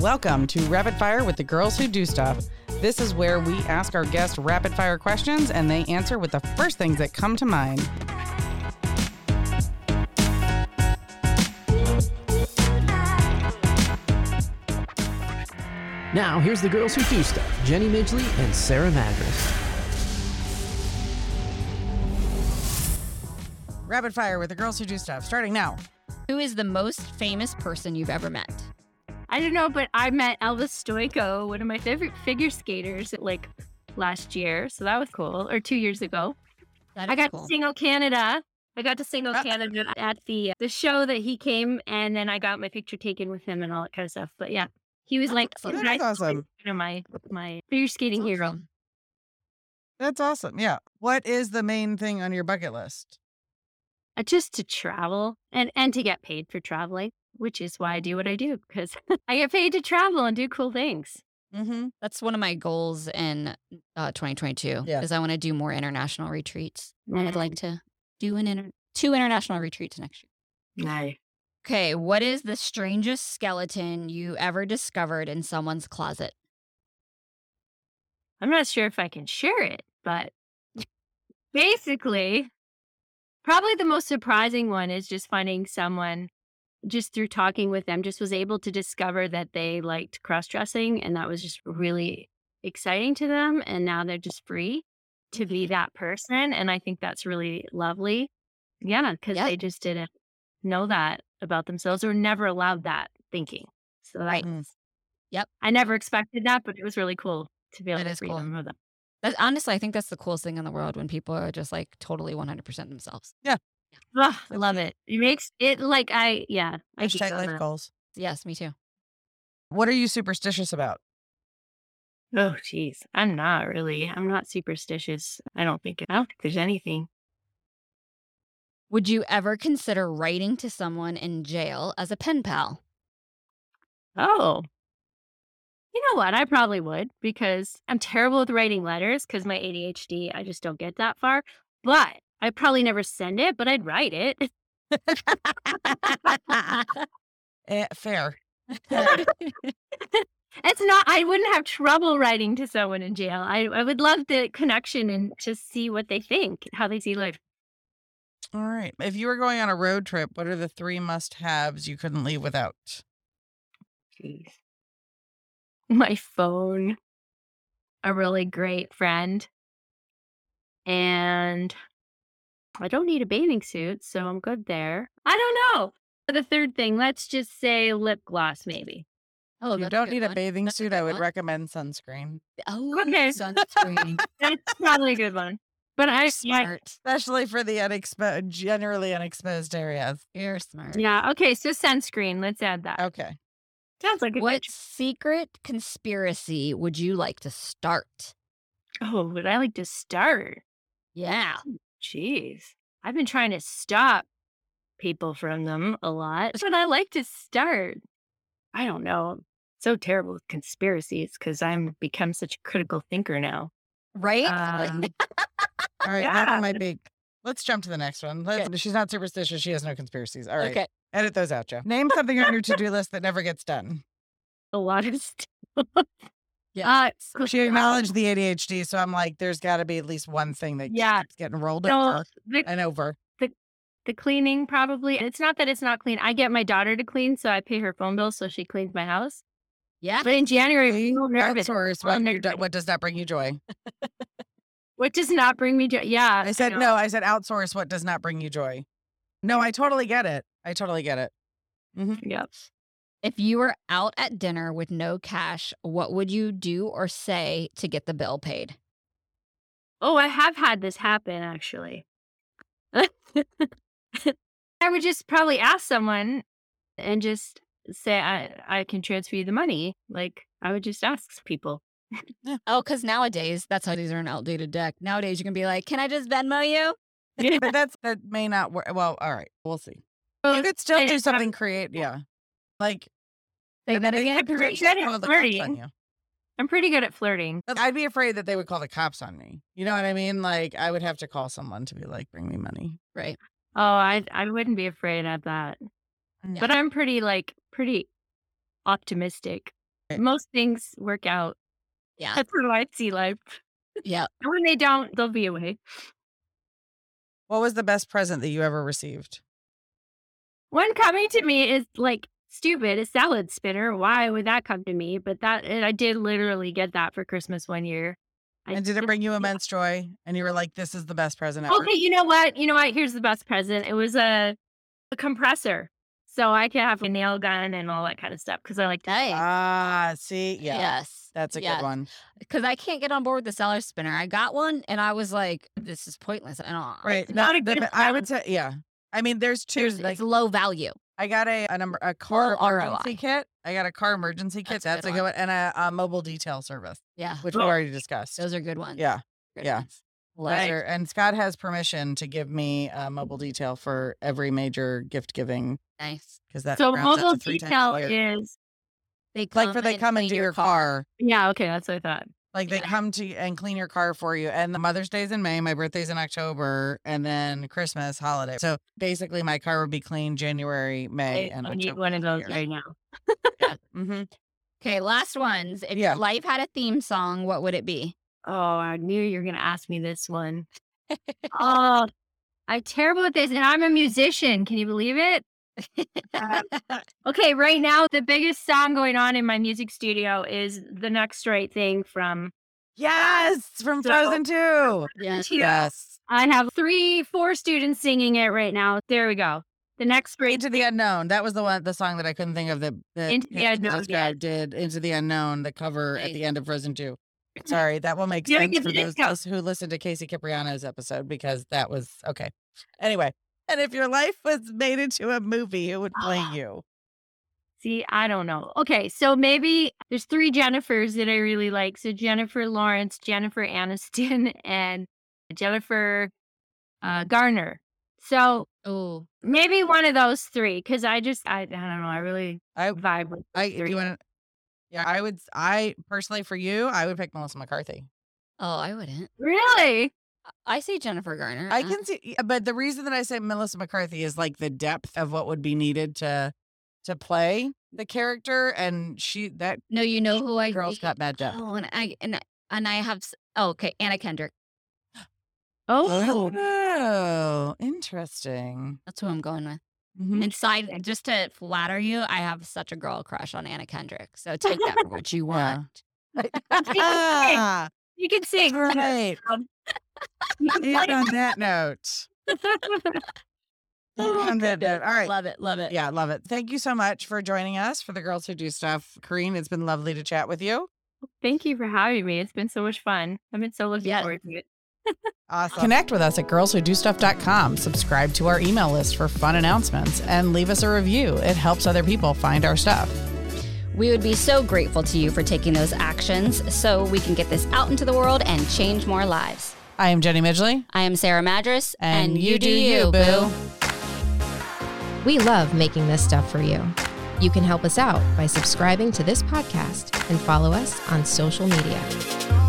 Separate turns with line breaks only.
Welcome to Rapid Fire with the Girls Who Do Stuff. This is where we ask our guests rapid fire questions and they answer with the first things that come to mind.
Now, here's the girls who do stuff Jenny Midgley and Sarah Madras.
Rapid Fire with the Girls Who Do Stuff, starting now.
Who is the most famous person you've ever met?
I don't know, but I met Elvis Stoiko, one of my favorite figure skaters, like last year. So that was cool, or two years ago.
That
I
is
got
cool.
to sing O Canada. I got to sing O
Uh.
Canada at the uh, the show that he came, and then I got my picture taken with him and all that kind of stuff. But yeah, he was like he was
That's
nice-
awesome.
You know, my my figure skating hero.
That's awesome. Yeah. What is the main thing on your bucket list?
Uh, just to travel and and to get paid for traveling, which is why I do what I do because I get paid to travel and do cool things.
Mm-hmm.
That's one of my goals in uh, 2022
Yeah.
is I want to do more international retreats. And I'd like to do an inter- two international retreats next year.
No.
Okay, what is the strangest skeleton you ever discovered in someone's closet?
I'm not sure if I can share it, but basically, probably the most surprising one is just finding someone just through talking with them, just was able to discover that they liked cross dressing. And that was just really exciting to them. And now they're just free to be
Mm-hmm.
that person. And I think that's really lovely. Yeah, because
Yep.
they just didn't know that about themselves or never allowed that thinking. So that
Right.
Mm.
Yep.
I never expected that, but it was really cool to be able
That
to
is
free
cool.
them of that.
That's, honestly, I think that's the coolest thing in the world when people are just like totally 100% themselves.
Ugh, I love it. It makes it like I yeah. I geek
Hashtag
on
life
that.
goals.
Yes, me too.
What are you superstitious about?
Oh jeez, I'm not really. I'm not superstitious. I don't think. I don't think there's anything.
Would you ever consider writing to someone in jail as a pen pal?
Oh, you know what? I probably would because I'm terrible with writing letters because my ADHD. I just don't get that far. But I probably never send it. But I'd write it.
Oh,
Eh, fair.
It's not. I wouldn't have trouble writing to someone in jail. I I would love the connection and to see what they think, how they see life.
All right. If you were going on a road trip, what are the three must haves you couldn't leave without?
Jeez. My phone, a really great friend, and I don't need a bathing suit, so I'm good there. I don't know. The third thing, let's just say lip gloss, maybe.
Oh,
If you
that's
don't
good
need a
one.
bathing
That's
suit,
good
I would
one.
recommend sunscreen,
Oh,
Okay.
sunscreen.
That's probably a good one. But I, yeah,
Smart.
especially for the unexpo- generally unexposed areas.
You're smart.
yeah, okay, so sunscreen, let's add that.
Okay.
Sounds like a good
Oh, What secret conspiracy would you like to start?
Oh, would I like to start?
Yeah.
Jeez. I've been trying to stop people from them a lot, but I like to start. I don't know. I'm so terrible with conspiracies because I'm become such a critical thinker now.
Right?
Um,
All right. That one
Yeah.
might be. Let's jump to the next one. Let's, She's not superstitious. She has no conspiracies. All right.
Okay.
Edit those out, Joe. Name something on your to do list that never gets done.
a lot of stuff.
Yeah.
Uh,
She acknowledged the ADHD. So I'm like, there's got to be at least one thing that
Yeah.
keeps getting rolled
No,
over
the,
and over.
the cleaning probably. It's not that it's not clean. I get my daughter to clean, so I pay her phone bill, so she cleans my house.
Yeah.
But in January,
See?
I'm so nervous.
That's worse.
I'm
What, you
nervous.
do- what does that bring you joy?
What does not bring me joy? Yeah,
I said,
know.
no, I said outsource what does not bring you joy. No, I totally get it. I totally get it.
Yep.
If you were out at dinner with no cash, what would you do or say to get the bill paid?
Oh, I have had this happen actually. I would just probably ask someone and just say I I can transfer you the money. Like I would just ask people.
Oh, because nowadays, that's how these are an outdated deck. Nowadays, you can be like, can I just Venmo you?
But that's, that may not work. Well, all right. We'll see.
Well,
You could still
I-
do
I'm-
something create. Yeah. Like,
Say that
they
again.
could oh,
Great.
potentially call the cops
Flirting.
on you.
I'm pretty good at flirting.
But I'd be afraid that they would call the cops on me. You know what I mean? Like, I would have to call someone to be like, bring me money.
Right.
Oh, I I wouldn't be afraid of that.
Yeah.
But I'm pretty like pretty optimistic.
Right.
Most things work out.
Yeah.
That's what I see life.
Yeah.
And when they don't, they'll be away.
What was the best present that you ever received?
One coming to me is like stupid, a salad spinner. Why would that come to me? But that and I did literally get that for Christmas one year. I
And did it bring you immense joy? And you were like, this is the best present ever.
Okay, you know what? You know what? Here's the best present. It was a, a compressor. So I could have a nail gun and all that kind of stuff because I like that.
Hey.
Ah, see? Yeah.
Yes.
That's a
yes.
good one.
Because I can't get on board with the seller spinner. I got one and I was like, this is pointless. I don't
Right.
not
no,
a
the-
good
I would say, yeah. I mean, there's two.
There's,
like,
it's low value.
I got a a, number, a car
Low ROI.
emergency kit. I got a car emergency kit.
That's a
That's,
good
a good
one.
one. And a, a mobile detail service,
Yeah.
which we
Oh.
already discussed.
Those are good ones.
yeah.
Good
yeah.
ones. Love
Those
it.
are- and Scott has permission to give me a mobile detail for every major gift giving
Nice.
because that
So
rounds up to
mobile
three times
detail
higher.
is
They
like for they come
clean
and do your car.
yeah, okay, that's what I thought.
Like they
Yeah.
come to and clean your car for you. And the Mother's Day's in May, my birthday's in October, and then Christmas holiday. So basically, my car would be cleaned January, May,
I,
and
I
October.
need one of those
year.
right now.
hmm
Okay, last ones. If
Yeah.
life had a theme song, what would it be?
Oh, I knew you were gonna ask me this one. oh, I'm terrible at this, and I'm a musician. Can you believe it?
Uh-huh.
Okay, right now the biggest song going on in my music studio is "The Next Right Thing" from.
Yes, from
So-
Frozen Two.
yes.
Yes,
I have three, four students singing it right now. There we go. The next right
Into the Unknown. That was the one, the song that I couldn't think of that, that
Into the
Hannah
Unknown,
Musgrave
yes.
did. Into the Unknown, the cover at
Right.
the end of Frozen Two. Sorry, that will make
Yeah,
sense
give
for
it a
those
go.
us who listened to Casey Cipriano's episode because that was okay. Anyway, and if your life was made into a movie, who would play you?
See, I don't know. Okay, so maybe there's three Jennifers that I really like. So Jennifer Lawrence, Jennifer Aniston, and Jennifer uh, Garner. So
Oh,
maybe one of those three, because I just I, I don't know. I really
I
vibe with.
I
three.
you want yeah, I would I personally for you, I would pick Melissa McCarthy.
oh, I wouldn't.
Really?
I say Jennifer Garner.
I
Mm-hmm.
Uh,
can see yeah, but the reason that I say Melissa McCarthy is like the depth of what would be needed to to play the character and she that
No, you know who I
girl's got bad depth.
Oh, and I and I- and I have. s- Oh, okay, Anna Kendrick.
Oh,
Oh, interesting.
That's who I'm going with.
Mhm.
Inside, just to flatter you, I have such a girl crush on Anna Kendrick. So take that for what you
Yeah.
want.
Ah,
you can sing.
right. And on that note.
Oh my
on that note. All right.
Love it, love it.
Yeah, love it. Thank you so much for joining us for the Girls Who Do Stuff. Kareen, it's been lovely to chat with you.
Thank you for having me. It's been so much fun. I've been so looking
Yes.
forward to it.
Awesome. Connect with us at girlswhodostuff.com. Subscribe to our email list for fun announcements and leave us a review. It helps other people find our stuff.
We would be so grateful to you for taking those actions so we can get this out into the world and change more lives.
I am Jenny Midgley.
I am Sarah Madras,
And you do you, boo.
We love making this stuff for you. You can help us out by subscribing to this podcast and follow us on social media.